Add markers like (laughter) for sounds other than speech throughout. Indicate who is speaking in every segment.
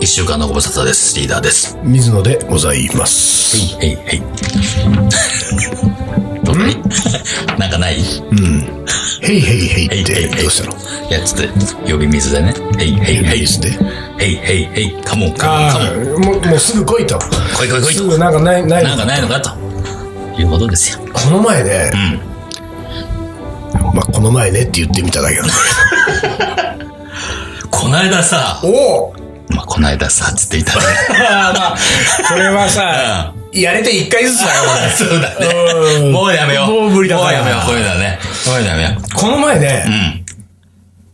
Speaker 1: 一週間のご無沙汰です。リーダーです。
Speaker 2: 水野でございます。
Speaker 1: はい、はい。 (laughs) どうかいなんかない
Speaker 2: へいへいへいっ
Speaker 1: へいへい
Speaker 2: て
Speaker 1: へい、
Speaker 2: どうしたの
Speaker 1: いや、ちょっと、呼び水でね。はい、
Speaker 2: へい
Speaker 1: はい、は
Speaker 2: へ
Speaker 1: い。
Speaker 2: いですね。
Speaker 1: はい、はい、はい。カモン、カ
Speaker 2: あ
Speaker 1: モン、カモン。
Speaker 2: あ、もう、もうすぐ来いと。
Speaker 1: 来い来い来い
Speaker 2: すぐなんかない、ない。
Speaker 1: なんかないのかと。いうことですよ。
Speaker 2: この前ね、まあ、この前ねって言ってみただけなんだ
Speaker 1: こないださ
Speaker 2: け、ど。おお
Speaker 1: まあ、こないださ、つって言ったね。
Speaker 2: (laughs) まあまあ、これはさ、やれて一回ずつだよ、 (laughs) 俺
Speaker 1: そうだね。
Speaker 2: うん
Speaker 1: もうやめよう。
Speaker 2: もう無理だ
Speaker 1: も
Speaker 2: か
Speaker 1: う
Speaker 2: ら
Speaker 1: やめよう、こういうのはね。こういうのやめよう。
Speaker 2: この前ね、
Speaker 1: うん。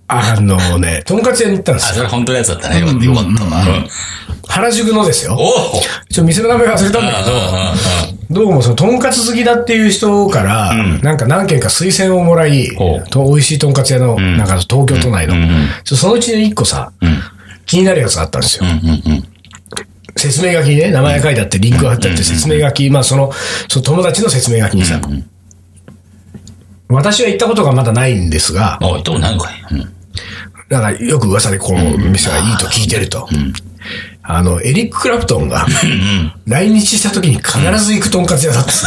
Speaker 2: あのね、とんかつ屋に行ったんで
Speaker 1: あ、
Speaker 2: すよ。
Speaker 1: それ本当のやつだったね。よかった、よかったわ。うん
Speaker 2: 原宿のですよ。
Speaker 1: おお
Speaker 2: ちょ、店の名前忘れたんだけど、どうもその、とんかつ好きだっていう人から、なんか何件か推薦をもらい
Speaker 1: ほう、
Speaker 2: と美味しいとんかつ屋の、なんか東京都内の、ちょそのうちの一個さ、気になるやつがあったんですよ。説明書きにね、名前が書いてあって、リンクが貼ってあって、説明書き、まあその、その友達の説明書きにさ、私は行ったことがまだないんですが、
Speaker 1: おい、どうなんかい。うん
Speaker 2: なんかよく噂でこの店がいいと聞いてると。あの、エリック・クラプトンが、来日した時に必ず行くとんかつ屋だったんです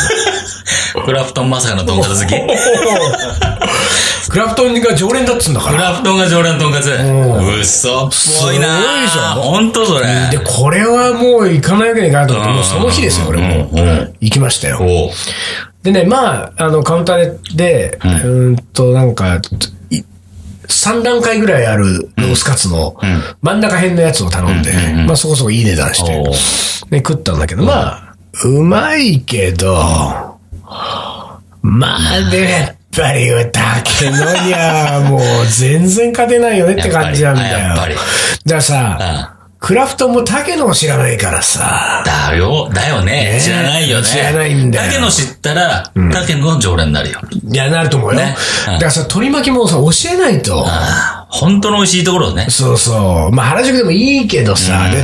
Speaker 2: よ
Speaker 1: クラフトンまさかのとんかつ好き。ク
Speaker 2: (laughs) クラプトンが常連だっつうんだから。
Speaker 1: ラフトンが常連のとんかつ。うっそ。すごいな
Speaker 2: すごいじゃん
Speaker 1: ほんとそれ。
Speaker 2: で、これはもう行かないわけにいかないと思って、もうその日ですよ、俺も
Speaker 1: うんうん。
Speaker 2: 行きましたよ。
Speaker 1: おう
Speaker 2: でね、まあ、あの、カウンターで、うーんと、なんか、い3段階ぐらいあるロースカツの真ん中辺のやつを頼んで、まあそこそこいい値段し
Speaker 1: お
Speaker 2: て、
Speaker 1: う
Speaker 2: ね、食ったんだけど、まあ、うまいけど、まあでもやっぱり、竹のにはもう全然勝てないよねって感じなんだよ。
Speaker 1: やっぱりやっぱ
Speaker 2: だからさ、クラフトンも竹のを知らないからさ、
Speaker 1: だよ、だよね
Speaker 2: ね。
Speaker 1: 知らないよね。
Speaker 2: 知らないんだよ
Speaker 1: けの知ったら、だけの常連になるよ。
Speaker 2: いや、なると思うよ。
Speaker 1: ねうん
Speaker 2: だからさ、取り巻きもさ、教えないと。
Speaker 1: ああ本当の美味しいところをね。
Speaker 2: そうそう。まあ、原宿でもいいけどさ、で、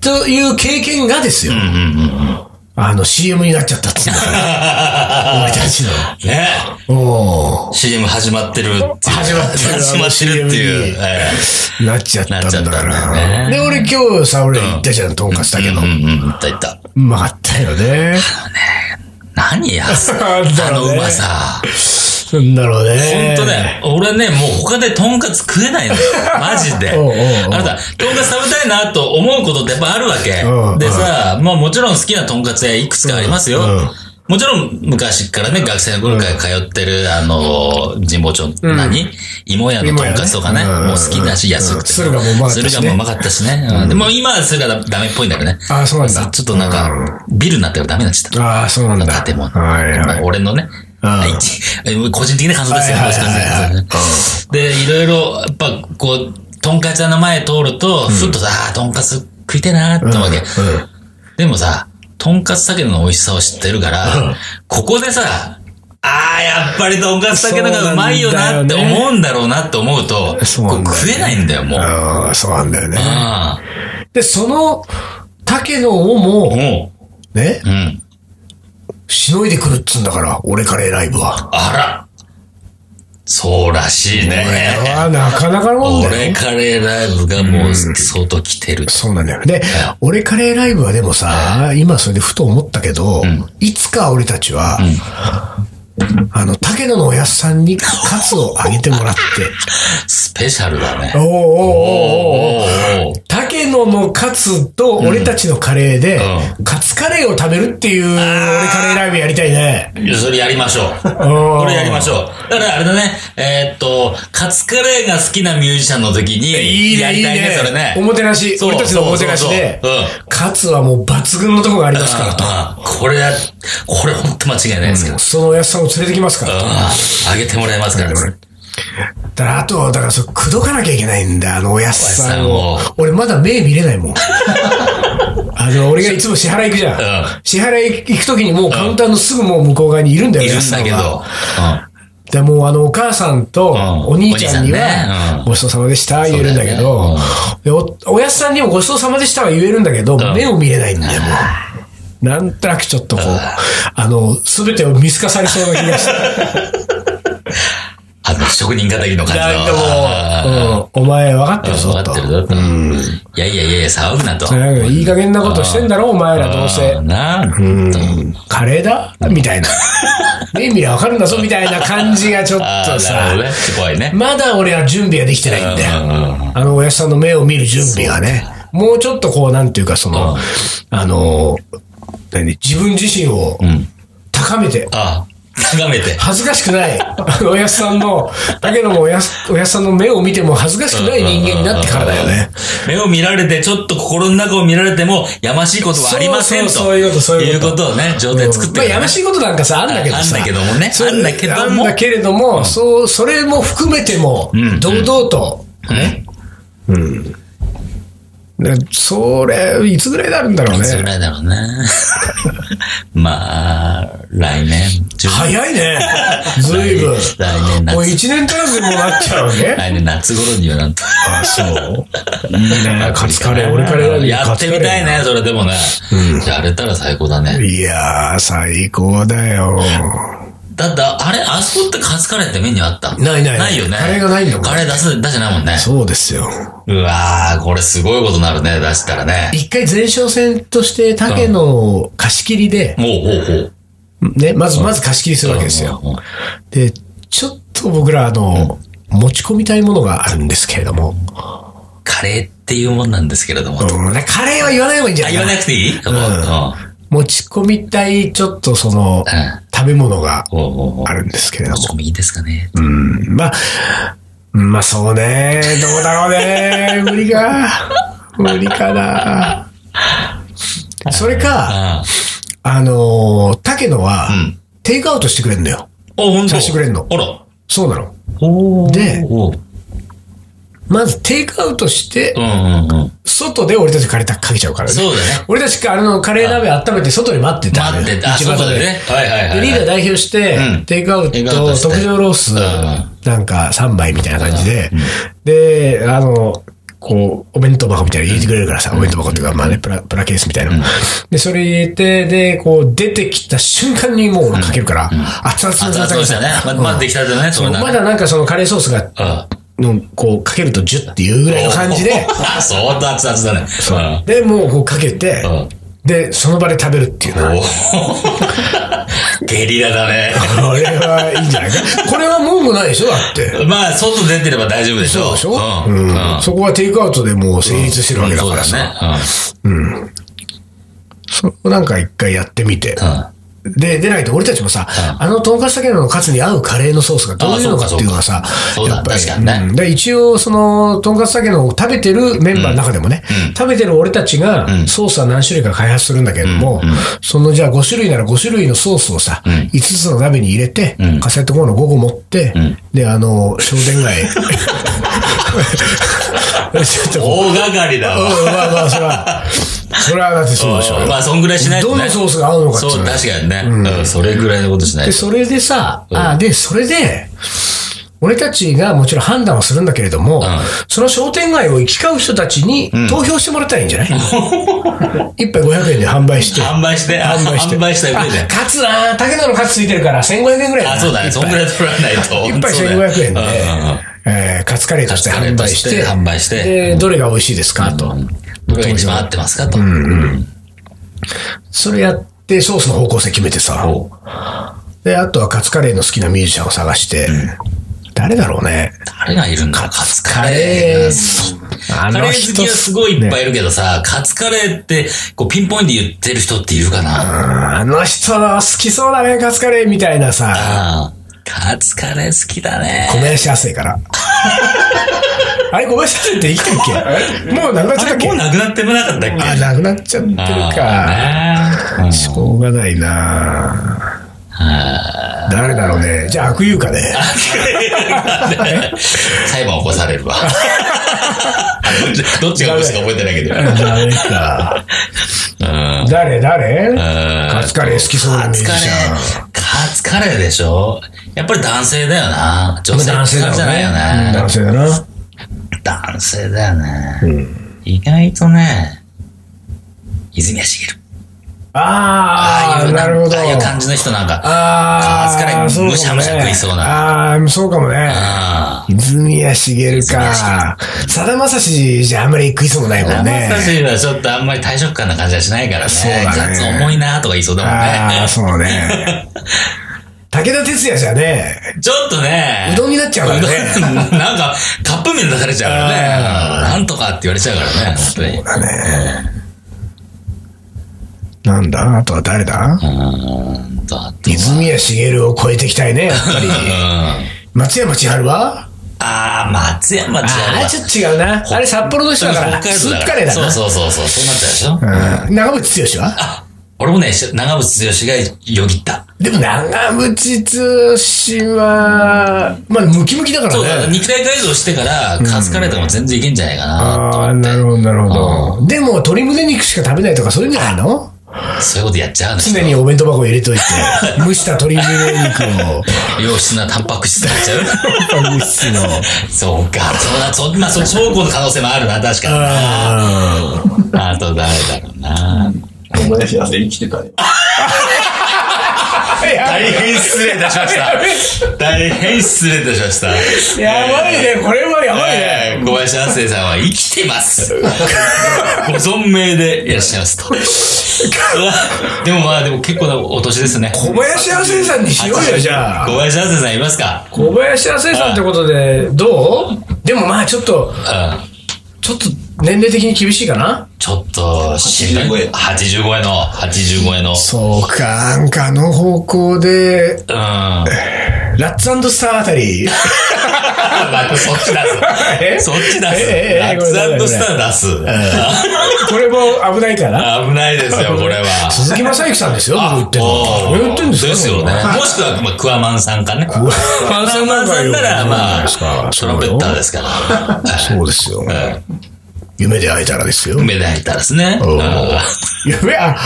Speaker 2: という経験がですよ。あの、CM になっちゃったっつうんだ
Speaker 1: (laughs)
Speaker 2: から。お前たちの。
Speaker 1: ね。
Speaker 2: お
Speaker 1: CM 始まってるっていう。
Speaker 2: 始まってる
Speaker 1: 始まってるっていう。
Speaker 2: あの
Speaker 1: え
Speaker 2: ーなっちゃったんだか
Speaker 1: なっちゃったんだよ
Speaker 2: ら。
Speaker 1: ね
Speaker 2: で、俺今日さ、俺行ったじゃん、とんかつだけ
Speaker 1: え
Speaker 2: ど。
Speaker 1: うんうん、いったいった。
Speaker 2: うまかったよね。(laughs)
Speaker 1: 何や、
Speaker 2: なんだ
Speaker 1: あ
Speaker 2: ろう
Speaker 1: の
Speaker 2: ね
Speaker 1: うまさ。
Speaker 2: なんだろう
Speaker 1: 本
Speaker 2: ね。
Speaker 1: 当だよ。俺ね、もう他でとんかつ食えない
Speaker 2: (laughs)
Speaker 1: のよ。マジで。
Speaker 2: おうおうおう
Speaker 1: あなた、とんかつ食べたいなと思うことってやっぱあるわけ
Speaker 2: うんう。ん
Speaker 1: でさ、まあもちろん好きなとんかつ屋いくつかありますよ
Speaker 2: うんうん。
Speaker 1: もちろん昔からね、学生の頃から通ってる、あの、神保町、何芋屋のとんかつとかね、
Speaker 2: 芋屋ね
Speaker 1: もう好きだし
Speaker 2: うん
Speaker 1: 安くて。
Speaker 2: 鶴がもうまかったしね
Speaker 1: 鶴がもうまかったしね。うんでも今は鶴がダメっぽいんだけどね。
Speaker 2: あそうなんだ
Speaker 1: ちょっとなんか、ビルになってるダメになっちゃった。
Speaker 2: ああ、そうなんだ。
Speaker 1: 建物。
Speaker 2: はいはい。
Speaker 1: 俺のね。
Speaker 2: うん
Speaker 1: 一 (laughs) 個人的な感想ですよ。
Speaker 2: はいはいはいはい
Speaker 1: 個人的な感想で、いろいろ、やっぱ、こう、とんかつ屋の前通ると、ふっとさ、あーとんかつ食いてえなーってわけ。
Speaker 2: うん
Speaker 1: でもさ、とんかつ酒の美味しさを知ってるから、ここでさ、ああ、やっぱりとんかつ酒の方がうまいよなって
Speaker 2: そうなんだよね
Speaker 1: 思うんだろうなって思うと、
Speaker 2: そう
Speaker 1: こ
Speaker 2: なんだよね
Speaker 1: う食えないんだよ、もう。あ
Speaker 2: ああ、そうなんだよね。
Speaker 1: あ
Speaker 2: で、その、竹野をも、
Speaker 1: も
Speaker 2: ね、
Speaker 1: う、うん。
Speaker 2: しのいでくるっつうんだから、俺カレーライブは。
Speaker 1: あら。そうらしいね。
Speaker 2: これはなかなかのもんだ
Speaker 1: 俺
Speaker 2: よ。
Speaker 1: カレーライブがもう相当来てる。
Speaker 2: そうなんだよ。で、俺カレーライブはでもさ、今それでふと思ったけど、いつか俺たちは、あの、竹野のおやっさんにカツをあげてもらって、
Speaker 1: スペシャルだ
Speaker 2: (laughs) お
Speaker 1: ね。
Speaker 2: ーおーおーおー
Speaker 1: おーおー
Speaker 2: 竹野のカツと俺たちのカレーで、カツカレーを食べるっていう、俺カレーライブやりたいね。
Speaker 1: いやそれやりましょう。
Speaker 2: こ
Speaker 1: これやりましょう。だからあれだね、えーっと、カツカレーが好きなミュージシャンの
Speaker 2: い
Speaker 1: 時
Speaker 2: い
Speaker 1: に、や
Speaker 2: ね、い
Speaker 1: り
Speaker 2: い
Speaker 1: たいね、それ
Speaker 2: ね。お
Speaker 1: ね。
Speaker 2: もてなし、
Speaker 1: そう
Speaker 2: 俺たちのおもてなしで
Speaker 1: そうそうそう、
Speaker 2: カツはもう抜群のとこがありますからと。
Speaker 1: あーこれや、これ本当間違いないですけど。
Speaker 2: そのおやつさんを連れてきますからと。
Speaker 1: あーあげてもらえますから。
Speaker 2: だからあと、だからそう、口説かなきゃいけないんだ、あのおやつさん
Speaker 1: お
Speaker 2: を
Speaker 1: やつさ。
Speaker 2: 俺まだ目見れ
Speaker 1: (laughs)
Speaker 2: ないもん。あの、俺がいつも支払い行くじゃ
Speaker 1: うん
Speaker 2: ん。支払い行くときにもうカウンターのすぐもう向こう側にいるんだよ、
Speaker 1: い
Speaker 2: お
Speaker 1: る
Speaker 2: やつ
Speaker 1: ん
Speaker 2: さ
Speaker 1: だけ
Speaker 2: が
Speaker 1: ど。
Speaker 2: でもうあのお母さんと
Speaker 1: ん
Speaker 2: お兄ちゃんに
Speaker 1: お兄さんね
Speaker 2: は
Speaker 1: うん
Speaker 2: ごちそうさまでした言えるんだけど、でおおやすさんにもごちそうさまでしたは言えるんだけど、目を見れないんだよ、もう。なんとなくちょっと
Speaker 1: (laughs)
Speaker 2: こう、あの、すべてを見透かされそうな気がして。
Speaker 1: あ職人かたぎの感じ
Speaker 2: なん
Speaker 1: の。
Speaker 2: かもう、うん、お前分かってるぞ
Speaker 1: 分か
Speaker 2: と。
Speaker 1: ってるぞと。いやいやいやいや、騒ぐなと。
Speaker 2: なんかいい加減なことしてんだろ、お前らどうせ
Speaker 1: あー。なあ
Speaker 2: うん、カレーだみたいな。ね、みんなわかるんだぞみたいな感じがちょっ
Speaker 1: あ
Speaker 2: と
Speaker 1: ー、なる
Speaker 2: さ
Speaker 1: ほど。ね。すごいね。
Speaker 2: まだ俺は準備ができてないんだ
Speaker 1: うんうん
Speaker 2: よ。あの、おやさんの目を見る準備がね。もうちょっとこう、なんていうか、その、あの、何自分自身を高めて、
Speaker 1: ああ、眺めて。
Speaker 2: 恥ずかしくない。あのおやさんの、だけどもおやす、おやさんの目を見ても恥ずかしくない人間になってからだよね。
Speaker 1: 目を見られて、ちょっと心の中を見られても、やましいことはありませんと。
Speaker 2: そうそうそういうことそういうこと
Speaker 1: をね、状態作って
Speaker 2: まあ、
Speaker 1: る
Speaker 2: やましいことなんかさ、あんだけどさ。
Speaker 1: あんだけどもね
Speaker 2: それ
Speaker 1: あんだけども
Speaker 2: あんだけれども、そう、それも含めても、堂々と、ね。うん。でそれ、いつぐらいになるんだろう
Speaker 1: それぐ
Speaker 2: ね。
Speaker 1: らいだろうね。 (laughs) まあ、来年、10
Speaker 2: 早いね。ずいぶん。
Speaker 1: 来年夏
Speaker 2: もう一年足らずにもうなっちゃう
Speaker 1: (laughs)
Speaker 2: ね。
Speaker 1: 来年夏頃にはなんと。
Speaker 2: あ、そう。いいね。カツカレー、俺カレーだね
Speaker 1: やってみたい。ね、それでもね。やれたら最高
Speaker 2: カツ
Speaker 1: だ
Speaker 2: カレー
Speaker 1: ね。
Speaker 2: いやー、最高だよ。
Speaker 1: だって、あれ、あそこってカツカレーってメニューあった
Speaker 2: ないない
Speaker 1: ないよね。
Speaker 2: カレーがないんだもん
Speaker 1: カレー出す、出してないもんね。
Speaker 2: そうですよ。
Speaker 1: うわー、これすごいことになるね、出したらね。
Speaker 2: 一回前哨戦として、竹野を貸し切りで、
Speaker 1: もう、ほうほう。
Speaker 2: ね、まず、まず貸し切りするわけですよ。
Speaker 1: うんうんうん。
Speaker 2: で、ちょっと僕ら、あの、持ち込みたいものがあるんですけれども、
Speaker 1: カレーっていうもんなんですけれども。
Speaker 2: う
Speaker 1: あ、
Speaker 2: ん、ねカレーは言わない方がいいんじゃない
Speaker 1: 言わ
Speaker 2: か
Speaker 1: な
Speaker 2: な
Speaker 1: くていいうん。うん。
Speaker 2: 持ち込みたい、ちょっとその、
Speaker 1: ん
Speaker 2: 食べ物が
Speaker 1: ほうほうほう
Speaker 2: あ。るんですけれども
Speaker 1: 持ち、込みいいですかね。
Speaker 2: うん、まあ、うんまあそうね、どうだろう
Speaker 1: (laughs)
Speaker 2: ね、無理か、無理かな。それか、
Speaker 1: あ
Speaker 2: あのー、竹野は
Speaker 1: あ。う、ん。
Speaker 2: テイクアウトしてくれるのよ。
Speaker 1: あ、ほんと
Speaker 2: さしてくれんの
Speaker 1: あら。
Speaker 2: そうなの。
Speaker 1: おー
Speaker 2: で
Speaker 1: おー
Speaker 2: まずテイクアウトして
Speaker 1: う、んうんうん。
Speaker 2: 外で俺たちカレーかけちゃうからね。
Speaker 1: そうだね。
Speaker 2: 俺たちあのカレー鍋温めて外に待ってたの
Speaker 1: 待
Speaker 2: よ。
Speaker 1: ってた。あ、
Speaker 2: 道
Speaker 1: そ
Speaker 2: 端
Speaker 1: うだね。はいはいはい。
Speaker 2: でリーダー代表して、
Speaker 1: うん
Speaker 2: テイクアウト
Speaker 1: テイクアウトして
Speaker 2: 特上ロース、
Speaker 1: うん
Speaker 2: なんか3杯みたいな感じで、で、あの、こう、お弁当箱みたいなの入れてくれるからさ、お弁当箱っていうか、まあね、プラ、プラケースみたいな。で、それ入れて、で、こう、出てきた瞬間にもう俺かけるから、熱々の
Speaker 1: 熱
Speaker 2: 状
Speaker 1: 々
Speaker 2: 態
Speaker 1: で
Speaker 2: で
Speaker 1: したね。ま
Speaker 2: うん
Speaker 1: まあ、できたてね、そ
Speaker 2: そう
Speaker 1: れな
Speaker 2: まだなんかそのカレーソースが、
Speaker 1: うん。
Speaker 2: の、こう、かけるとジュッっていうぐらいの感じで、
Speaker 1: あ、相当熱々だね。 (laughs) うん
Speaker 2: で、もうこうかけて
Speaker 1: うん、
Speaker 2: で、その場で食べるっていうのは、
Speaker 1: おーゲリラだね。
Speaker 2: これはいいんじゃないか。これは文句ないでしょだって。
Speaker 1: まあ、外出てれば大丈夫でしょ。
Speaker 2: そうでしょ
Speaker 1: うん。うん。
Speaker 2: うんそこはテイクアウトでもう成立してるわけだから
Speaker 1: そう
Speaker 2: さ。
Speaker 1: だね。
Speaker 2: それをなんか一回やってみて。
Speaker 1: うん。うん
Speaker 2: で、出ないと俺たちもさ、あのとんかつたけのカツに合うカレーのソースがどういうのかっていうのがさ
Speaker 1: あ、そうかそうか
Speaker 2: やっぱり
Speaker 1: そうだ確かにね
Speaker 2: うんで一応、その、とんかつたけのを食べてるメンバーの中でもね、食べてる俺たちがソースは何種類か開発するんだけれども、そのじゃあ5種類なら5種類のソースをさ、5つの鍋に入れて、カセットコンロ5個持って、で、あの、商店街。
Speaker 1: (laughs)
Speaker 2: (laughs) ちょっとこう
Speaker 1: 大掛かりだわ。
Speaker 2: うんまあまあ、それは、それはだってそうでしょ。
Speaker 1: まあ、そんぐらいしないと
Speaker 2: ど
Speaker 1: ね。
Speaker 2: のソースが合うのかっていう
Speaker 1: そ
Speaker 2: の
Speaker 1: う、
Speaker 2: は
Speaker 1: 確かにね。うん。それぐらいのことしない
Speaker 2: で、
Speaker 1: と。
Speaker 2: それでさ、あ、で、それで、俺たちがもちろん判断はするんだけれども、その商店街を行き交う人たちに投票してもらったらいいんじゃな
Speaker 1: (laughs)
Speaker 2: い、一 ?1 杯500円で販売して。
Speaker 1: 販売して、あ
Speaker 2: 販売して。
Speaker 1: 販売した上で
Speaker 2: あ。 (laughs) カツな竹田のカツついてるから1500円ぐらいだな
Speaker 1: あ、そうだね。
Speaker 2: 一
Speaker 1: そ
Speaker 2: 杯
Speaker 1: んぐらい取らないと。
Speaker 2: 一杯
Speaker 1: そうだよ
Speaker 2: 1500円で
Speaker 1: うんうんうん、
Speaker 2: えーカツカレーとして販売して、
Speaker 1: カツカレーとして販売して
Speaker 2: で、どれが美味しいですかと。
Speaker 1: どれが一番合ってますかと。
Speaker 2: それやって、ソースの方向性決めてさ。
Speaker 1: お
Speaker 2: で、あとはカツカレーの好きなミュージシャンを探して、誰だろうね。
Speaker 1: 誰がいるんだろうカツカ
Speaker 2: カ
Speaker 1: レー
Speaker 2: レ
Speaker 1: が。
Speaker 2: ー、あ
Speaker 1: カレー
Speaker 2: の
Speaker 1: 好
Speaker 2: 人
Speaker 1: きはすごいいっぱいいるけどさ、カツカレーって、こう、ピンポイントで言ってる人っているかな
Speaker 2: あの人好きそうだね、カツカレーみたいなさ、
Speaker 1: ああ。カツカレー好きだね。
Speaker 2: 小林亜生
Speaker 1: (laughs)
Speaker 2: から。あれ、小林亜生って生きてるっけもうなくなっちゃったっけ
Speaker 1: もうなくなってもなかったっけ
Speaker 2: あ、なくなっちゃってるか。
Speaker 1: ああね
Speaker 2: しょうがないな誰だろうね。じゃあ、悪友かね。
Speaker 1: (laughs) 裁判起こされるわ。 (laughs) どっちが起こしたか覚えてないけど。
Speaker 2: 誰か。
Speaker 1: うん
Speaker 2: 誰誰
Speaker 1: ん
Speaker 2: カツカレー好きそうな
Speaker 1: カ
Speaker 2: ミュー
Speaker 1: ツ
Speaker 2: ジ
Speaker 1: カレ
Speaker 2: シャン。
Speaker 1: ー、カツカレーでしょやっぱり男性だよな。女性
Speaker 2: 男性だ
Speaker 1: じゃないよ
Speaker 2: ろうね。
Speaker 1: ね。
Speaker 2: 男性だな。
Speaker 1: 男性だよね。意外とね、泉谷しげる。
Speaker 2: あ
Speaker 1: あい
Speaker 2: あ、
Speaker 1: う、
Speaker 2: なるほど。
Speaker 1: ああいう感じの人なんか、
Speaker 2: あ
Speaker 1: カーズから
Speaker 2: そうかもね
Speaker 1: むしゃむしゃ食いそう
Speaker 2: ああ、そうかもね。
Speaker 1: あ
Speaker 2: 泉谷茂
Speaker 1: 泉谷
Speaker 2: か。さだまさしじゃあんまり食いそうもないも
Speaker 1: あ。
Speaker 2: んね
Speaker 1: 生。たちはちょっとあんまり退職感な感じはしないからね。
Speaker 2: そうだね
Speaker 1: ガッツ重いなとか言いそうだもん
Speaker 2: ああ、
Speaker 1: ね。
Speaker 2: そう
Speaker 1: (laughs)
Speaker 2: ね。武田鉄矢じゃね、
Speaker 1: ちょっとね。
Speaker 2: うどんになっちゃうからね
Speaker 1: うどんなんか、カップ麺出されちゃうからね。なんとかって言われちゃうからね、本当に。
Speaker 2: なんだあとは誰だ
Speaker 1: うーんと、あと
Speaker 2: 泉谷茂を超えていきたいね、やっぱり。
Speaker 1: (laughs) は。うん
Speaker 2: 松山千春は
Speaker 1: あー、松山千春
Speaker 2: ああ、ちょっと違うな。あれ札幌の人だから、
Speaker 1: 北
Speaker 2: スー
Speaker 1: 海道だ
Speaker 2: プ
Speaker 1: か
Speaker 2: カレー
Speaker 1: ら。
Speaker 2: だ
Speaker 1: そ
Speaker 2: な
Speaker 1: う。そうそう、そうそうなったでしょ。
Speaker 2: うん長渕剛は
Speaker 1: あ、俺もね、し長渕剛がよぎった。
Speaker 2: でも長渕剛は、まあムキムキだか
Speaker 1: そう
Speaker 2: ら
Speaker 1: だ、
Speaker 2: ね。
Speaker 1: 肉体改造してから、カツカレーとかも全然いけんじゃないかなと
Speaker 2: ああ、
Speaker 1: 思って
Speaker 2: な。るほど、なるほど。でも鶏胸肉しか食べないとかそういうんじゃないの
Speaker 1: そういうことやっちゃうの
Speaker 2: 常にお弁当箱入れ (laughs) といて、蒸した鶏胸肉を。
Speaker 1: 良質なタンパク質になっちゃう。
Speaker 2: 物質の。
Speaker 1: そうか。そうだ、そう、まあ、そう、そうこの可能性もあるな、確か
Speaker 2: ああ。
Speaker 1: にな。あと誰だろうな。
Speaker 3: (laughs) お前幸せ生きてたね。
Speaker 2: (laughs) や
Speaker 1: 大変失礼いたしました。大変失礼いたしました。
Speaker 2: ばいね、これはやばいね。
Speaker 1: えー小林亜生さんは生きてます。ご存命でいらっしゃいますと。でもまあ、でも結構なお年ですね。
Speaker 2: 小林亜生さんにしようよ、じゃ
Speaker 1: 小
Speaker 2: あ。
Speaker 1: 林亜生さんいますか
Speaker 2: 小林亜生さんってことで、どうでもまあちょっと、
Speaker 1: うん。
Speaker 2: ちょっと年齢的に厳しいかな
Speaker 1: ちょっと、しんど
Speaker 3: 85
Speaker 1: い
Speaker 3: 円
Speaker 1: 85円の、85円の。
Speaker 2: そうか、なんかあの方向で、
Speaker 1: うん。ま
Speaker 2: ラッツスターあたり。
Speaker 1: たそっち出
Speaker 2: え
Speaker 1: す。そっち出す。ラ
Speaker 2: ええええ
Speaker 1: ッ
Speaker 2: ご
Speaker 1: ツ
Speaker 2: めんごめんごめん
Speaker 1: スター出す。
Speaker 2: (laughs) これも危ないかな
Speaker 1: 危ないですよ、これは。
Speaker 2: 鈴木正幸さんですよ、僕言ってるの。
Speaker 1: お
Speaker 2: 俺言ってんですよ。
Speaker 1: ですよね。もしくは、まあ、クワマンさんかね。クワマンさんなら、まあ、トランペッターですから。
Speaker 2: そうですよ。
Speaker 1: うん
Speaker 2: 夢で会えたらですよ。
Speaker 1: 目で入ったらですね。
Speaker 2: お
Speaker 1: う
Speaker 2: うん
Speaker 1: うん
Speaker 2: 夢、あ、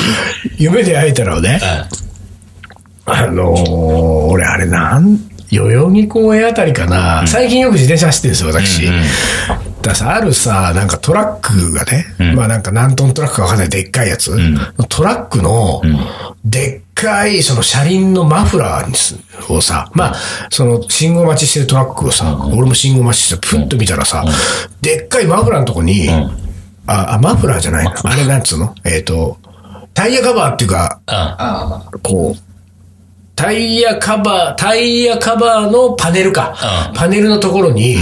Speaker 2: 夢で会えたらをね、あのー、俺あれなん、代々木公園あたりかな、最近よく自転車走ってるんですよ、私。
Speaker 1: うんうん
Speaker 2: だからさ、あるさ、なんかトラックがね、
Speaker 1: ん
Speaker 2: まあなんか何トントラックかわかんない、でっかいやつ。
Speaker 1: ん
Speaker 2: トラックの、でっかい、その車輪のマフラーにすをさ、まあ、その信号待ちしてるトラックをさ、俺も信号待ちして、ふっと見たらさ、でっかいマフラーのとこに、あ、あマフラーじゃないな。あれなんつうのえっ、と、タイヤカバーっていうか、
Speaker 1: あ
Speaker 3: ああ、まあ。
Speaker 2: こう、タイヤカバー、タイヤカバーのパネルか。
Speaker 1: うん
Speaker 2: パネルのところに、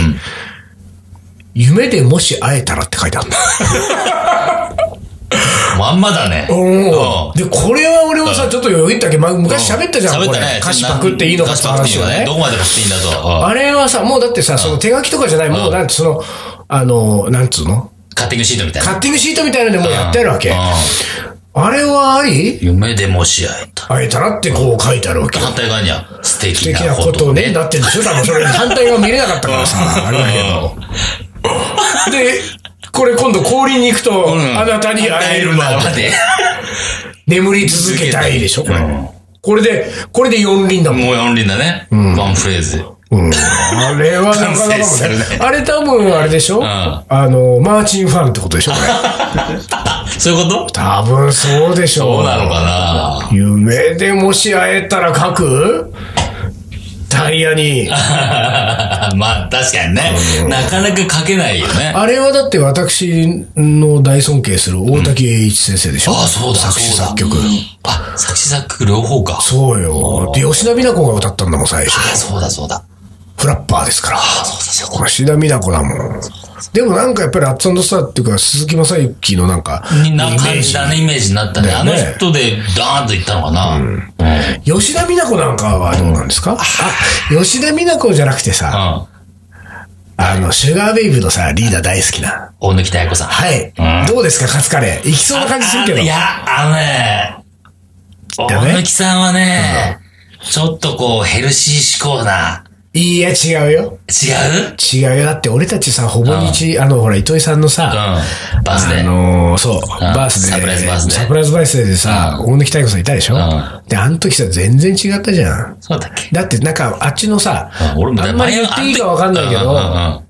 Speaker 2: 夢でもし会えたらって書いてある
Speaker 1: (laughs)
Speaker 2: んだ。
Speaker 1: まんまだね。
Speaker 2: おーで、これは俺もさ、ちょっとよぎったっけ、ま、昔喋ったじゃん、
Speaker 1: 喋
Speaker 2: こ
Speaker 1: っ
Speaker 2: れ
Speaker 1: たね。。
Speaker 2: 歌詞パクっていいのか
Speaker 1: 歌
Speaker 2: って
Speaker 1: 詞
Speaker 2: 話
Speaker 1: パクっていいの
Speaker 2: を
Speaker 1: かね。
Speaker 2: ね
Speaker 1: ど。こまでパクっていいんだと。うん
Speaker 2: あれはさ、もうだってさ、その手書きとかじゃない、もうなんてその、あの、なんつうの
Speaker 1: カッティングシートみたいな。
Speaker 2: カッティングシートみたいなのでもうやってあるわけ。
Speaker 1: うん
Speaker 2: あれはあり
Speaker 1: 夢でもし会えた。
Speaker 2: 会えたらってこう書いてあるわけ。
Speaker 1: 反対側には素敵
Speaker 2: 的な
Speaker 1: な
Speaker 2: こ
Speaker 1: ことと
Speaker 2: ね、
Speaker 1: ね。
Speaker 2: なってるんでしょ多分それ反対が見れなかったからさ、あれだけど。で、これ今度降臨に行くと、
Speaker 1: うん
Speaker 2: あなたに会えるま
Speaker 1: ま
Speaker 2: で
Speaker 1: で。
Speaker 2: 眠り続けたいでしょこれ
Speaker 1: うん。
Speaker 2: これで、これで四輪だもん。
Speaker 1: もう4輪だね。ワンフレーズで。
Speaker 2: うんあれはなかなか
Speaker 1: 完成するね
Speaker 2: もんね。あれ多分あれでしょ
Speaker 1: ん
Speaker 2: あの、マーチンファンってことでしょこれ。
Speaker 1: そういうこと
Speaker 2: 多分そうでしょ
Speaker 1: そうなのかな
Speaker 2: 夢でもし会えたら書くタイヤに。
Speaker 1: まあ、確かにね。なかなか書けないよね。
Speaker 2: あれはだって私の大尊敬する大滝栄一先生でしょ、
Speaker 1: ああ、そうだ、
Speaker 2: 作詞
Speaker 1: そうだ
Speaker 2: 作曲。
Speaker 1: あ、作詞作曲両方か。
Speaker 2: そうよ。で、吉田美奈子が歌ったんだもん、最初。
Speaker 1: あ、そうだ、そうだ。
Speaker 2: フラッパーですから。
Speaker 1: そうだ、そうだ。
Speaker 2: 吉田美奈子だもん。でもなんかやっぱりアッツスターっていうか、鈴木正幸のなんか、
Speaker 1: にな感じだね、イメージになったね。
Speaker 2: だよ
Speaker 1: あ
Speaker 2: ね
Speaker 1: の人でダーンといったのかな。うん。
Speaker 2: 吉田美奈子なんかはどうなんですか、あ、吉田美奈子じゃなくてさ、あの、シュガーベイブのさ、リーダー大好きな。
Speaker 1: 大貫妙子さん。い。
Speaker 2: はい。
Speaker 1: うん
Speaker 2: どうですか、カツカレー。いきそうな感じするけど
Speaker 1: い。や、あのね、
Speaker 2: ダメ
Speaker 1: 大貫さんはね、ちょっとこう、ヘルシー志向な。
Speaker 2: いや、違うよ。
Speaker 1: 違う
Speaker 2: 違うよ。だって俺たちさ、ほぼ日、あの、ほら、糸井さんのさ、
Speaker 1: うん。バース
Speaker 2: あ
Speaker 1: で。
Speaker 2: のーそう、バースデー。
Speaker 1: サプライズバースデー
Speaker 2: サプライズバースデーでさ、大貫妙子さんいたでしょ、
Speaker 1: ん
Speaker 2: で、あの時さ、全然違ったじゃん。
Speaker 1: そうだっけ
Speaker 2: だって、なんか、あっちのさ、
Speaker 1: 俺も
Speaker 2: あんまり言っていいかわかんないけ
Speaker 1: うんうん
Speaker 2: ど、
Speaker 1: うん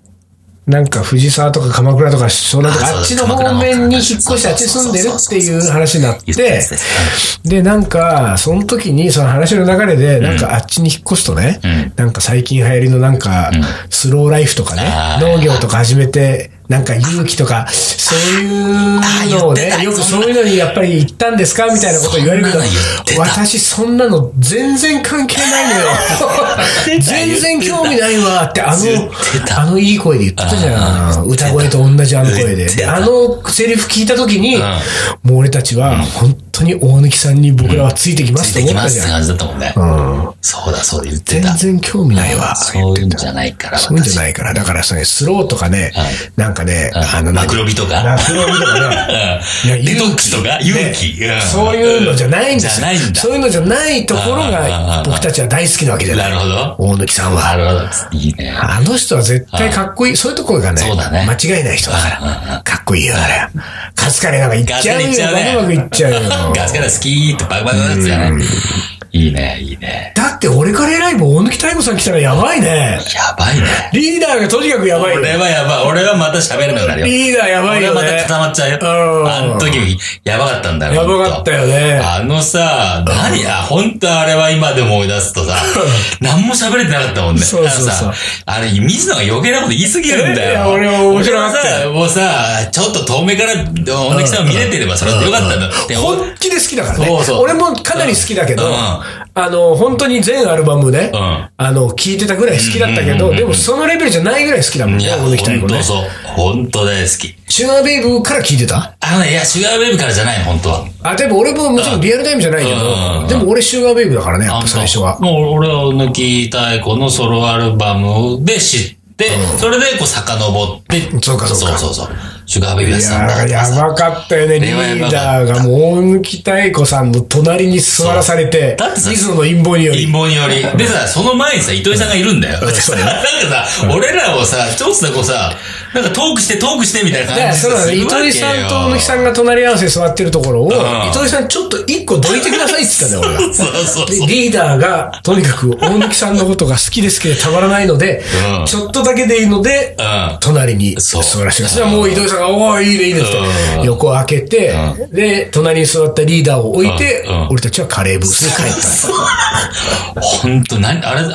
Speaker 2: なんか藤沢とか鎌倉とか、そのあっちの方面に引っ越してあっち住んでるっていう話になっ
Speaker 1: 言ってたや
Speaker 2: て
Speaker 1: つ、です。
Speaker 2: で、なんか、その時に、その話の流れで、なんかあっちに引っ越すとね、なんか最近流行りのなんか、スローライフとかね
Speaker 1: あ、ー
Speaker 2: 農業とか始めて、なんか勇気とか、そういうのを
Speaker 1: あー言って
Speaker 2: ね、
Speaker 1: た
Speaker 2: よくそういうのにやっぱり行ったんですかみたいなこと言われるけど
Speaker 1: そんなの言って、た
Speaker 2: 私そんなの全然関係ないのよ。全然興味ないわって、あ
Speaker 1: 言って
Speaker 2: の、
Speaker 1: た
Speaker 2: あのいい声で言ってたじゃん。歌声と同じあの声で。
Speaker 1: 言って
Speaker 2: で、
Speaker 1: た
Speaker 2: あのセリフ聞いた時に、
Speaker 1: う
Speaker 2: もう俺たちは本当に大貫さんに僕らはついてきま
Speaker 1: つ
Speaker 2: す
Speaker 1: い
Speaker 2: と思
Speaker 1: てき
Speaker 2: っ
Speaker 1: ま
Speaker 2: た
Speaker 1: す
Speaker 2: じ
Speaker 1: って
Speaker 2: ゃん。
Speaker 1: 感じだったもんね。そうだそうだ言って
Speaker 2: 全
Speaker 1: た。
Speaker 2: 然興味ないわ。
Speaker 1: そういうんじゃないから。
Speaker 2: そういうんじゃ
Speaker 1: い。
Speaker 2: ないから。だからそれスローとかね
Speaker 1: はい、
Speaker 2: なんかね、
Speaker 1: ん
Speaker 2: あの、
Speaker 1: マクロビとか
Speaker 2: マクロビとかね。いや
Speaker 1: うんデトックスとか勇気。
Speaker 2: ね
Speaker 1: ん
Speaker 2: そういうのじゃないんで
Speaker 1: じ
Speaker 2: す
Speaker 1: ゃ
Speaker 2: よ
Speaker 1: ないん。だ
Speaker 2: そういうのじゃないところが
Speaker 1: あー
Speaker 2: 僕たちは大好きなわけじゃな。
Speaker 1: ないるほど。
Speaker 2: 大貫さんは。
Speaker 1: なるほど。いいね。
Speaker 2: あの人は絶対かっこいい。そういうところがね、
Speaker 1: そうだね
Speaker 2: 間違いない人だか
Speaker 1: うん
Speaker 2: ら。かっこいいよ、あれ。カツカレーなんかいっちゃうよ。
Speaker 1: ガツカレーいっちゃう
Speaker 2: バ
Speaker 1: ね
Speaker 2: クバクいっちゃうよ。
Speaker 1: (laughs) ガスから好きってバクバクなやつだね。いいね、いいね。
Speaker 2: だって俺からライブ大貫妙子さん来たらやばいね。
Speaker 1: やばいね。
Speaker 2: リーダーがとにかくやばいよ。
Speaker 1: 俺はやばい。俺はまた喋れなくなるよ。
Speaker 2: リーダーやばい
Speaker 1: 俺
Speaker 2: よ
Speaker 1: はまた
Speaker 2: ね。
Speaker 1: 固まっちゃうよ。
Speaker 2: うん
Speaker 1: あの時、やばかったんだよ。
Speaker 2: やばかったよね。
Speaker 1: あのさ、何や、本当あれは今でも思い出す
Speaker 2: (laughs)
Speaker 1: とさ、何も喋れてなかったもんね。
Speaker 2: そうそうそう
Speaker 1: あのさ、あれ、水野が余計なこと言いすぎるんだ
Speaker 2: い
Speaker 1: よ。
Speaker 2: や俺は面白かった
Speaker 1: 俺はさ、もうさ、ちょっと遠目から、おのきさんを見れてれば、それはよかったんだって。
Speaker 2: 本気で好きだからね。
Speaker 1: そうそう
Speaker 2: 俺もかなり好きだけど、
Speaker 1: うん
Speaker 2: あの、本当に全アルバムね、
Speaker 1: うん
Speaker 2: あの、聴いてたぐらい好きだったけ
Speaker 1: うんうんうん
Speaker 2: ど、
Speaker 1: うん
Speaker 2: でもそのレベルじゃないぐらい好きだもん
Speaker 1: い
Speaker 2: ね、
Speaker 1: や、
Speaker 2: 大貫妙
Speaker 1: 本
Speaker 2: 子ね
Speaker 1: 当。そう。本当大好き。
Speaker 2: シュガーベイブから聴いてた
Speaker 1: あのね、いや、シュガーウェーブからじゃない、本当は。
Speaker 2: あ、でも俺ももちろんリアルタイムじゃないけ
Speaker 1: うん
Speaker 2: ど、でも俺シュガーベイブだからね、やっぱ最初は。
Speaker 1: もう俺は抜き太鼓のソロアルバムで知って、それでこう遡って、
Speaker 2: そうかそうか
Speaker 1: そうそうそう。シュガーベイビ
Speaker 2: い
Speaker 1: ーやってた
Speaker 2: やー、
Speaker 1: んだとかさ
Speaker 2: やばかったよね。リ
Speaker 1: 令和やばか
Speaker 2: ー
Speaker 1: っ
Speaker 2: ダ
Speaker 1: た
Speaker 2: ーがもう、大貫妙子さんの隣に座らされて
Speaker 1: そうだっ、てさ
Speaker 2: 水野の陰謀により。
Speaker 1: 陰謀により。でさ、その前にさ、糸井さんがいる
Speaker 2: (laughs)
Speaker 1: んだよ。
Speaker 2: ん
Speaker 1: でさなんかさ、俺らをさ、ちょっとさ、こうさ、なんかトークしてトークしてみたい
Speaker 2: だ
Speaker 1: な
Speaker 2: か
Speaker 1: 感
Speaker 2: ら
Speaker 1: じ
Speaker 2: そう
Speaker 1: で
Speaker 2: なの。糸井さんと大貫さんが隣り合わせで座ってるところを、
Speaker 1: ん
Speaker 2: 糸井さんちょっと一個どいてくださいって言ったんだよ、
Speaker 1: (laughs)
Speaker 2: 俺が。
Speaker 1: そうそうそう。
Speaker 2: でリーダーが、とにかく大貫さんのことが好きですけど、たまらないので、
Speaker 1: うん
Speaker 2: ちょっとだけでいいので、
Speaker 1: うん
Speaker 2: 隣に
Speaker 1: そう
Speaker 2: 座らせてください。そしたらもう糸井さんが、おーいいね、いいねって、
Speaker 1: うん
Speaker 2: 横を開けて、で、隣に座ったリーダーを置いて
Speaker 1: うんうん、
Speaker 2: 俺たちはカレーブースに帰ったんです
Speaker 1: ほんと、何、あれ、あれ、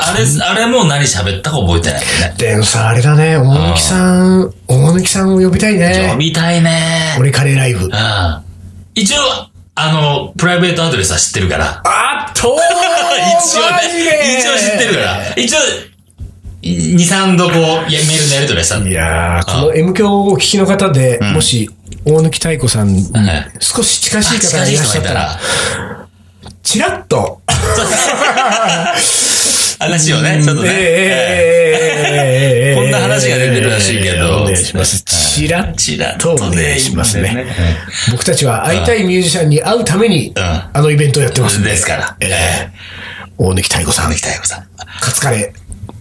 Speaker 1: あれもう何喋ったか覚えてないよね。
Speaker 2: でもさ、あれだね、大貫さん、大貫さんを呼びたい
Speaker 1: 呼
Speaker 2: ね。
Speaker 1: びたいね。
Speaker 2: 俺カレーライブ。
Speaker 1: うん。一応、あの、プライベートアドレスは知ってるから。
Speaker 2: あっとー
Speaker 1: 一応
Speaker 2: マジで
Speaker 1: ね、一応知ってるから。一応、2、3度こう、いやメールのやり取りはしたんだ
Speaker 2: い
Speaker 1: よ
Speaker 2: やー、この M 響をお聞きの方で、もし、大貫妙子さんに
Speaker 1: はい
Speaker 2: 少し近しい方
Speaker 1: 近
Speaker 2: が
Speaker 1: し
Speaker 2: い
Speaker 1: い
Speaker 2: らっ
Speaker 1: 人
Speaker 2: し
Speaker 1: が
Speaker 2: ゃ
Speaker 1: い
Speaker 2: った
Speaker 1: た
Speaker 2: ら、
Speaker 1: ら、
Speaker 2: チラッと。えーえーえーえーえ
Speaker 1: 話をね、ちょっとね。
Speaker 2: ーえー
Speaker 1: こんな話が出てるらしいけど
Speaker 2: えーお願いします。チラ
Speaker 1: ちら
Speaker 2: ッ
Speaker 1: っ
Speaker 2: と
Speaker 1: と
Speaker 2: お
Speaker 1: ね
Speaker 2: 願いします
Speaker 1: いいんだ
Speaker 2: ね
Speaker 1: よね。
Speaker 2: 僕たちは会いたいミュージシャンに会うために、
Speaker 1: うん
Speaker 2: あのイベントをやってますんで。
Speaker 1: ですから。ええ。
Speaker 2: 大貫妙子さん
Speaker 1: 鈴、木妙子さん。
Speaker 2: カツカレー。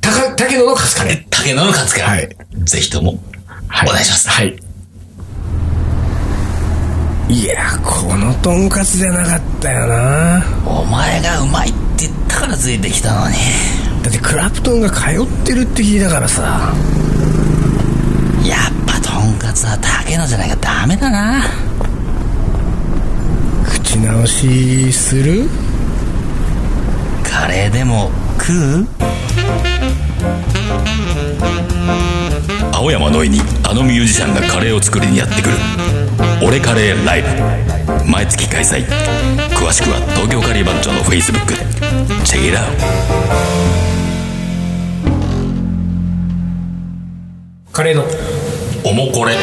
Speaker 2: たか、竹野のカツカレー。
Speaker 1: 竹野の勝つか
Speaker 2: は
Speaker 1: ら
Speaker 2: い、
Speaker 1: ぜひとも、お願いします。
Speaker 2: はい。いや、このとんかつじゃなかったよな。
Speaker 1: お前がうまいって言ったからついてきたのに。
Speaker 2: だってクラプトンが通ってるって聞いたからさ。
Speaker 1: やっぱとんかつは竹野じゃないかダメだな。
Speaker 2: 口直しする
Speaker 1: カレーでも食う
Speaker 4: 青山のいにあのミュージシャンがカレーを作りにやってくる「俺カレーライブ」毎月開催詳しくは東京カリー番長のフェイスブックでチェックイラー
Speaker 2: カレーの。は
Speaker 1: おもこれ。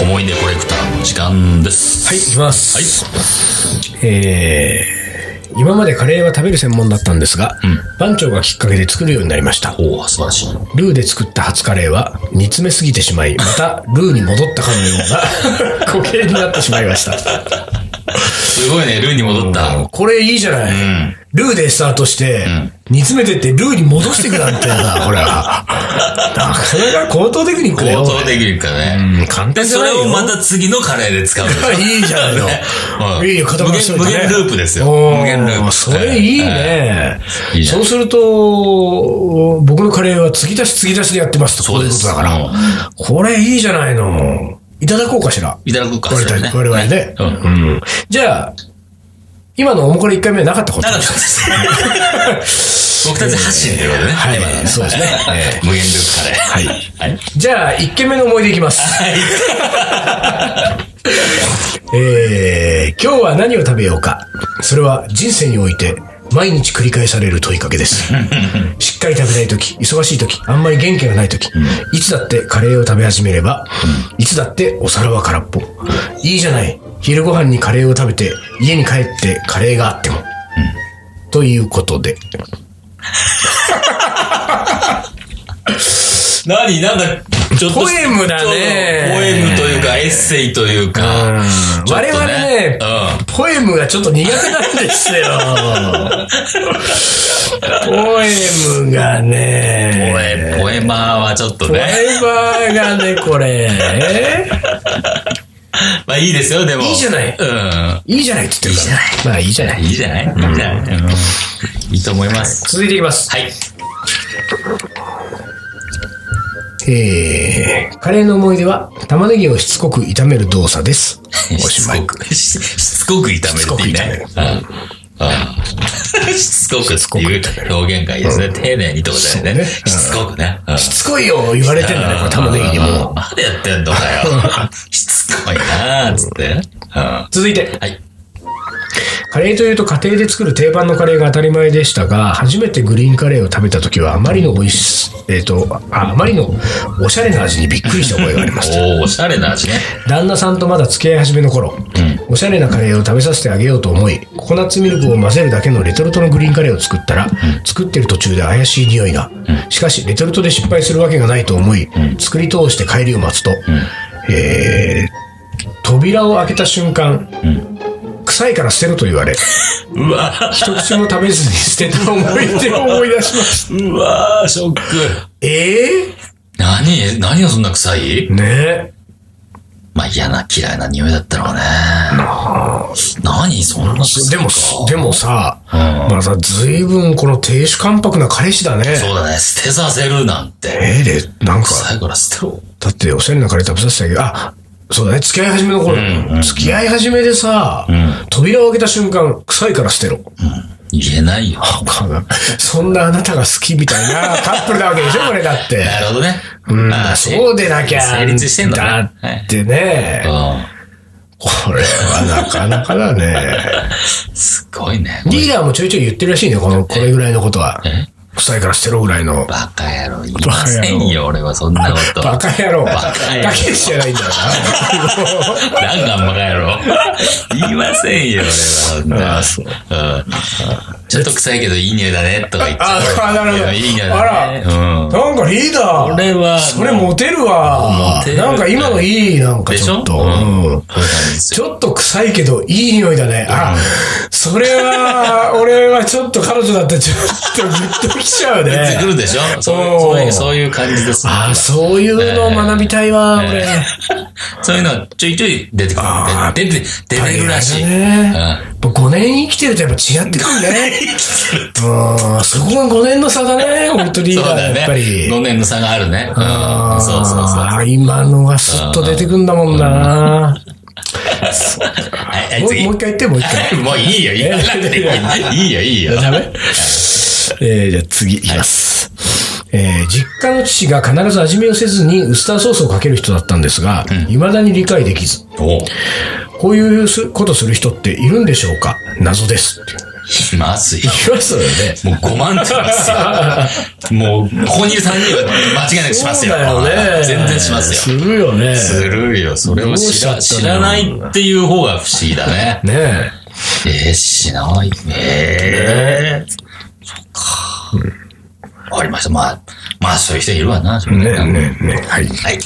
Speaker 1: 思い出コレクターの時間です。
Speaker 2: い、いきます。はい。えー、今までカレーは食べる専門だったんですが、番長がきっかけで作るようになりました。
Speaker 1: おお素晴らしい。
Speaker 2: ルーで作った初カレーは煮詰めすぎてしま
Speaker 1: (laughs)
Speaker 2: い、またルーに戻ったかのような固形になってしまいました。
Speaker 1: すごいね、ルーに戻った。
Speaker 2: うんこれいいじゃない。
Speaker 1: ん
Speaker 2: ルーでスタートして、煮詰めてってルーに戻していく
Speaker 1: (laughs)
Speaker 2: なんてな、これは。なかなか高等テクニックだよ
Speaker 1: 高。等テクニックだね。
Speaker 2: うん簡単
Speaker 1: で、
Speaker 2: じゃ
Speaker 1: そ
Speaker 2: な
Speaker 1: れ
Speaker 2: いよ。
Speaker 1: をまた次のカレーで使う。
Speaker 2: いいじゃないの。
Speaker 1: うん
Speaker 2: (laughs) いいよ、固ま
Speaker 1: 無
Speaker 2: らせ
Speaker 1: 限
Speaker 2: とい
Speaker 1: 無
Speaker 2: てね
Speaker 1: 限ループですよ。
Speaker 2: おー
Speaker 1: 無限ループ。
Speaker 2: それいいね。
Speaker 1: いいじゃん
Speaker 2: そうすると、僕のカレーは継ぎ足し継ぎ足しでやってますと。
Speaker 1: そうです
Speaker 2: こいことだから。
Speaker 1: うん
Speaker 2: これいいじゃないの。いただこうかしら。
Speaker 1: いただこうか、
Speaker 2: 我
Speaker 1: それ
Speaker 2: 々
Speaker 1: ね。
Speaker 2: 我々ね。
Speaker 1: うん
Speaker 2: うんじゃあ、今のおもこれ1回目はなかったこと
Speaker 1: なかったです。僕たち発信ということでね。
Speaker 2: はい
Speaker 1: 今のね
Speaker 2: そうですねえ
Speaker 1: 無限ループカレー。はい。
Speaker 2: じゃあ、1軒目の思い出いきます。えー、今日は何を食べようか。それは人生において、毎日繰り返される問いかけ
Speaker 1: (laughs)
Speaker 2: です。しっかり食べたいとき、忙しいとき、あんまり元気がないとき、いつだってカレーを食べ始めれば、いつだってお皿は空っぽ。いいじゃない。昼ご飯にカレーを食べて、家に帰ってカレーがあっても。ということで。
Speaker 1: 何なんだ、ちょっと。
Speaker 2: ポエムだね
Speaker 1: ちょっとポエムというか、エッセイというか。ちょっと
Speaker 2: 我々ね、
Speaker 1: う
Speaker 2: ポエムがちょっと苦手なんですよ。ポエムが
Speaker 1: ん。ポ
Speaker 2: ね、
Speaker 1: エ、ポエマーはちょっと
Speaker 2: ポ
Speaker 1: ね。
Speaker 2: エマーがね、これ、
Speaker 1: まあいいですよ、でも。
Speaker 2: いいじゃない
Speaker 1: うん。
Speaker 2: いいじゃないって言ってるから。まあいいじゃない。
Speaker 1: いいじゃないいいじゃないうんいいと思います。
Speaker 2: 続いていきます。
Speaker 1: はい。
Speaker 2: えー、カレーの思い出は、玉ねぎをしつこく炒める動作です。お (laughs) しまい。
Speaker 1: く、しつこく炒めるっていいね。うんうんしつこくっていう表現がいいですね。丁寧にってことだ
Speaker 2: そうね
Speaker 1: よね。
Speaker 2: うん
Speaker 1: しつこくね。うん
Speaker 2: しつこいよ、言われてんだね、これ玉ねぎにも。
Speaker 1: まだやってんのか (laughs) よ。しつこいなーっつって。うんは
Speaker 2: 続いて。
Speaker 1: い。
Speaker 2: カレーというと家庭で作る定番のカレーが当たり前でしたが、初めてグリーンカレーを食べた時は、あまりの美味し、えっ、と、ああまりのおしゃれな味にびっくりした覚えがありました。
Speaker 1: おー、おしゃれな味ね。
Speaker 2: 旦那さんとまだ付き合い始めの頃、おしゃれなカレーを食べさせてあげようと思い、ココナッツミルクを混ぜるだけのレトルトのグリーンカレーを作ったら、作ってる途中で怪しい匂いが。しかし、レトルトで失敗するわけがないと思い、作り通して帰りを待つと、えー、扉を開けた瞬間、臭いから捨てろと言われ、
Speaker 1: うわー
Speaker 2: 一口も食べずに捨てた思い出を思い出しま
Speaker 1: (laughs)
Speaker 2: した。
Speaker 1: うわー、ショック。
Speaker 2: ええ
Speaker 1: 何何がそんな臭い
Speaker 2: ねえ。
Speaker 1: まあ嫌な嫌いな匂いだったろうね。何そんな臭い
Speaker 2: でもさ、でもさ、まあさ、ずいぶんこの亭主関白な彼氏だね。
Speaker 1: そうだね、捨てさせるなんて。
Speaker 2: ええで、なんか、
Speaker 1: 臭いから捨てろ。
Speaker 2: だっておしゃれなカレー食べさせてあげる。あ、そうだね、付き合い始めの頃。付き合い始めでさ、扉を開けた瞬間、臭いから捨てろ。
Speaker 1: 言えないよ。
Speaker 2: (laughs) そんなあなたが好きみたいなカップルなわけでしょ、これだ
Speaker 1: (laughs)
Speaker 2: って。
Speaker 1: なるほどね。
Speaker 2: うん
Speaker 1: あ、ー
Speaker 2: そうでなきゃ。
Speaker 1: 成立してんだね。は
Speaker 2: だ
Speaker 1: い
Speaker 2: ってね、これはなかなかだね。
Speaker 1: (laughs) うんすごいね。
Speaker 2: リーダーもちょいちょい言ってるらしいね、この、これぐらいのことは
Speaker 1: え。
Speaker 2: 臭いから捨てろぐらいの。
Speaker 1: バカ野郎、言いませんよ、俺はそんなこと。
Speaker 2: バカ野郎。
Speaker 1: バ
Speaker 2: だ
Speaker 1: カ野郎
Speaker 2: けじゃないん
Speaker 1: (laughs)
Speaker 2: だよ
Speaker 1: なんかバカ野郎。言いませんよ、俺はそんな。
Speaker 2: あそう
Speaker 1: うんちょっと臭いけどいい匂いだね、とか言っちゃう。
Speaker 2: あなるほど
Speaker 1: いい匂いだね。う
Speaker 2: な。な
Speaker 1: ん
Speaker 2: んかリーダー。
Speaker 1: 俺は
Speaker 2: それモテるわ
Speaker 1: モテ。る
Speaker 2: なんか今のいい、なんか
Speaker 1: でし
Speaker 2: ちょ
Speaker 1: ょ
Speaker 2: っと。
Speaker 1: うん
Speaker 2: うん
Speaker 1: そうなんです
Speaker 2: ち
Speaker 1: よ
Speaker 2: ょっと臭いけど、いい匂いだね。あ、それは、俺はちょっと彼女だったらちょっとグッときちゃう
Speaker 1: 出てく
Speaker 2: ね。
Speaker 1: (laughs) るでしょそう
Speaker 2: うん
Speaker 1: そういうそういう感じです。
Speaker 2: あ、そういうのを学びたいわ、俺。
Speaker 1: そういうのはちょいちょい出てくる。出て、出てくるらしい。
Speaker 2: ね
Speaker 1: うん
Speaker 2: やっぱ5年生きてるとやっぱ違ってくるね。うん、そこが5年の差だね、本当に。
Speaker 1: そうだよ
Speaker 2: やっぱ
Speaker 1: ね。
Speaker 2: り。
Speaker 1: 5年の差があるね。うん。そうそうそう。
Speaker 2: あ
Speaker 1: は
Speaker 2: ー今のがスッと出てくんだもんな。
Speaker 1: い、はい
Speaker 2: もう
Speaker 1: 次。
Speaker 2: もう一回言って、もう一回。
Speaker 1: もういいよ、いいよ。いいよ、いいよ。
Speaker 2: ダメ (laughs) えー、じゃあ次いきます。えー実家の父が必ず味見をせずにウスターソースをかける人だったんですが、未だに理解できず、
Speaker 1: おう
Speaker 2: こういうすことする人っているんでしょうか謎です。
Speaker 1: まずいよ。
Speaker 2: いますよね。
Speaker 1: もう5万ってますよ。もう、ここにいる3人は間違いなくしますよ。
Speaker 2: そうだよね。
Speaker 1: 全然します
Speaker 2: す
Speaker 1: よ。
Speaker 2: るよね。
Speaker 1: ずるいよ。それを知
Speaker 2: ど
Speaker 1: ら
Speaker 2: うしちゃったの
Speaker 1: 知らないっていう方が不思議だね。
Speaker 2: ね
Speaker 1: (laughs) えー、しないね。えー。そっか。わかりました。まあ、まあ、そういう人いるわな。
Speaker 2: え。ねえ、ねえ、ねえ。はい。
Speaker 1: はい。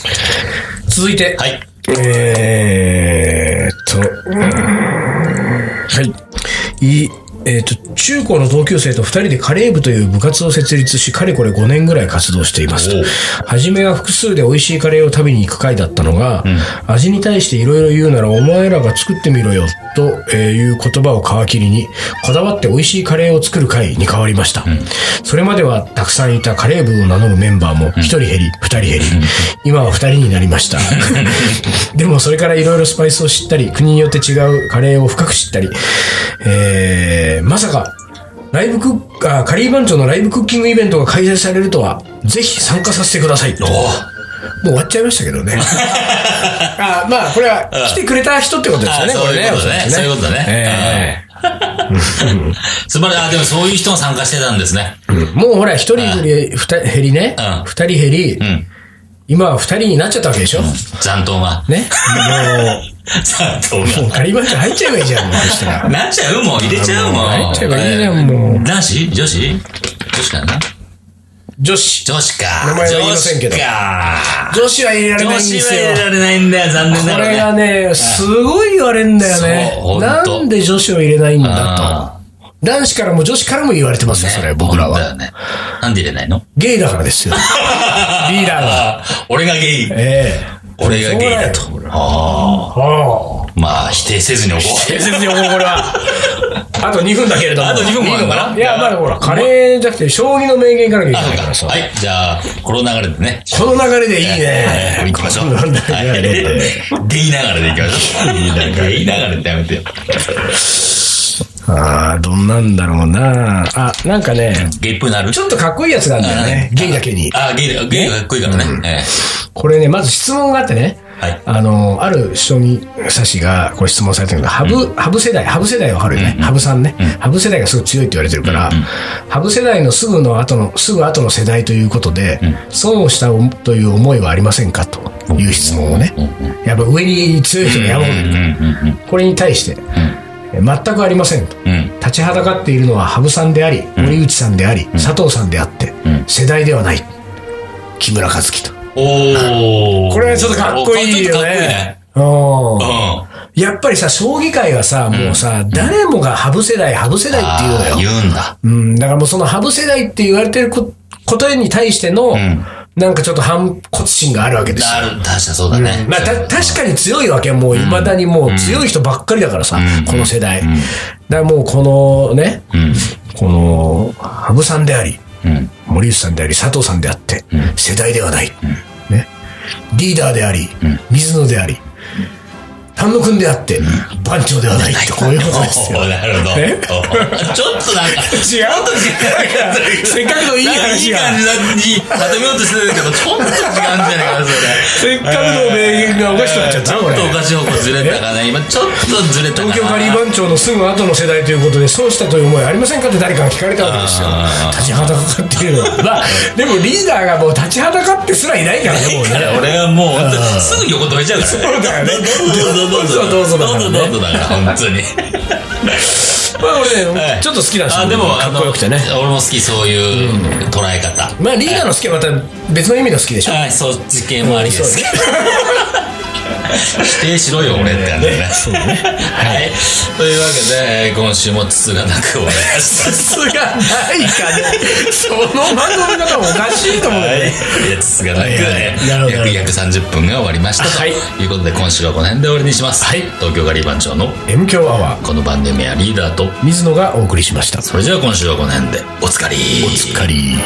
Speaker 2: 続いて。
Speaker 1: はい。
Speaker 2: えーっと、うーんいえー、と中高の同級生と2人でカレー部という部活を設立し、かれこれ5年ぐらい活動していますと。初めは複数で美味しいカレーを食べに行く会だったのが、味に対していろいろ言うならお前らが作ってみろよと、えーいう言葉を皮切りに、こだわって美味しいカレーを作る会に変わりました。それまではたくさんいたカレー部を名乗るメンバーも1人減り、2人減り、今は2人になりました。
Speaker 1: (laughs)
Speaker 2: でもそれからいろいろスパイスを知ったり、国によって違うカレーを深く知ったり、えー、まさか、ライブクッ、あ、カリー番長のライブクッキングイベントが開催されるとは、ぜひ参加させてください。もう終わっちゃいましたけど
Speaker 1: (laughs)
Speaker 2: ね。あまあ、これは来てくれた人ってことですよね、
Speaker 1: あ
Speaker 2: こ
Speaker 1: そう
Speaker 2: れ
Speaker 1: いうことね。
Speaker 2: おそら
Speaker 1: そ
Speaker 2: く
Speaker 1: ういうことだね。素晴らしい。あ、でもそういう人も参加してたんですね。
Speaker 2: うんもうほら、一人減り、二人減りね
Speaker 1: うん。
Speaker 2: 二人減り、今は二人になっちゃったわけでしょ。
Speaker 1: 残党が。
Speaker 2: ね。
Speaker 1: 残党
Speaker 2: もう、もうカリー番長入っちゃえばいいじゃん、もうそしたら。
Speaker 1: が。なっちゃうもう入れちゃうもん。
Speaker 2: 入っちゃえばいいじゃん、もう。
Speaker 1: 男子女子女子かな
Speaker 2: 女子。
Speaker 1: 女子か。
Speaker 2: 名前は言いませんけど
Speaker 1: 女子か。
Speaker 2: 女子は入れられない
Speaker 1: 女
Speaker 2: んで
Speaker 1: 子は
Speaker 2: す
Speaker 1: 入
Speaker 2: よ
Speaker 1: れ。られないんだよ、残念な
Speaker 2: こ
Speaker 1: がら
Speaker 2: れ
Speaker 1: ね。
Speaker 2: がね、すごい言われんだよ
Speaker 1: そう
Speaker 2: ね。
Speaker 1: ほんと
Speaker 2: なんで女子を入れないんだ
Speaker 1: あ
Speaker 2: と。男子からも女子からも言われてますよ、それ、僕ら
Speaker 1: だよ
Speaker 2: は。
Speaker 1: ね。なんで入れないの
Speaker 2: ゲイだから
Speaker 1: (laughs)
Speaker 2: ですよ。リーダーが。
Speaker 1: ああ、俺がゲイ。
Speaker 2: ええ。
Speaker 1: 俺がゲイだと
Speaker 2: しょうがないよ。これは
Speaker 1: あ
Speaker 2: ああ。
Speaker 1: あ。まあ、否定せずにおこう。
Speaker 2: 建設に思う、これは。 (laughs) あと2分だけれども。
Speaker 1: あと2分もあるのかない
Speaker 2: や、まだほら、カレーじゃなくて、将棋の名言いかなきゃいけないからさ。
Speaker 1: はい、じゃあ、この流れでね。
Speaker 2: この流れでいいね。
Speaker 1: 行きましょう。
Speaker 2: この流
Speaker 1: は
Speaker 2: れ
Speaker 1: い
Speaker 2: で。
Speaker 1: ゲイ流れで行きましょう。ゲイ流れってやめてよ。
Speaker 2: ああ、どんなんだろうな。あ、なんかね、
Speaker 1: ゲイっぽいなる
Speaker 2: ちょっとかっこいいやつがあるんだよね。ゲイだけに。
Speaker 1: あ、ゲイだ、ゲイがかっこいいからね。え
Speaker 2: これね、まず質問があってね、
Speaker 1: はい
Speaker 2: あの、ある将棋指しがこれ質問されてるんだけど、羽生、羽生世代、羽生世代はわかるよね。羽生さんね。羽生世代がすごい強いって言われてるから、羽生世代のすぐの後の、すぐ後の世代ということで、損をしたという思いはありませんかという質問をね。やっぱ上に強い人が山ほどいるからこれに対して、え全くありませんと。
Speaker 1: えうん。
Speaker 2: 立ちはだかっているのは羽生さんであり、森内さんであり、佐藤さんであって、世代ではない。木村和樹と。
Speaker 1: おー。
Speaker 2: これはちょっとかっこいいよね。うん
Speaker 1: う
Speaker 2: やっぱりさ、将棋界はさ、もうさ、誰もが羽生世代、羽生世代って言うの
Speaker 1: ん。
Speaker 2: よ。
Speaker 1: 言うんだ。
Speaker 2: うん、だからもうその羽生世代って言われてるこ答えに対しての、なんかちょっと反骨心があるわけですよ。
Speaker 1: なる、確かにそうだね。
Speaker 2: まあ、た確かに強いわけもう未だにもう強い人ばっかりだからさ、この世代。だからもうこのね、この羽生さんであり、
Speaker 1: うん。
Speaker 2: 森内さんであり佐藤さんであって、世代ではない、ね、リーダーであり、水野であり丹野君であって、番長ではないってこういうことですよ
Speaker 1: おーなるほど。
Speaker 2: え
Speaker 1: おーちょっとなんか、
Speaker 2: 違う (laughs) せっかくのいい話が
Speaker 1: なんかいい感じにまとめようとしてたけど、ちょっと違うんじゃないかな、そ
Speaker 2: せ
Speaker 1: れ。
Speaker 2: っかくの名言がおかしくなっちゃった
Speaker 1: ち
Speaker 2: な
Speaker 1: ょ
Speaker 2: こ
Speaker 1: っ
Speaker 2: れ
Speaker 1: とおかしい方向ずれたかな。今、ちょっとずれたかな。
Speaker 2: 東京カリー番長のすぐ後の世代ということで損したという思いありませんかって誰かが聞かれたわけですよ
Speaker 1: あー
Speaker 2: 立ちはだかっていうのはまあでもリーダーがもう立ちはだかってすらいないから
Speaker 1: (laughs)
Speaker 2: ねもうね
Speaker 1: 俺はもう本当にすぐ横止めちゃうから
Speaker 2: そうだよね
Speaker 1: どうぞどうぞどうぞどうぞどうぞだから本当
Speaker 2: ま
Speaker 1: に
Speaker 2: あ俺
Speaker 1: は
Speaker 2: ね
Speaker 1: い
Speaker 2: ちょっと好きなんです
Speaker 1: あ
Speaker 2: よ
Speaker 1: でも
Speaker 2: かっこよくてね
Speaker 1: あの俺も好きそういう捉え方
Speaker 2: まあリーダーの好きはまた別の意味の好きでしょ
Speaker 1: はいそっち系もありですけど否定しろよ俺って感じだ
Speaker 2: (laughs)
Speaker 1: ねはいというわけで今週もつつがなく終わりました
Speaker 2: つが (laughs) ないか
Speaker 1: (laughs)
Speaker 2: ね。その番組の方もおかしいと思うよ
Speaker 1: はい
Speaker 2: ね。、
Speaker 1: いやつつがなく、
Speaker 2: はい
Speaker 1: ね
Speaker 2: はいなるほど
Speaker 1: 約約30分が終わりましたと、
Speaker 2: はい
Speaker 1: い、うことで今週はこの辺で終わりにします、はい、東京ガリバン長の
Speaker 2: M 強アワー、
Speaker 1: この番組はリーダーと
Speaker 2: 水野がお送りしました。
Speaker 1: それじゃあ今週はこの辺でおつかりおつかり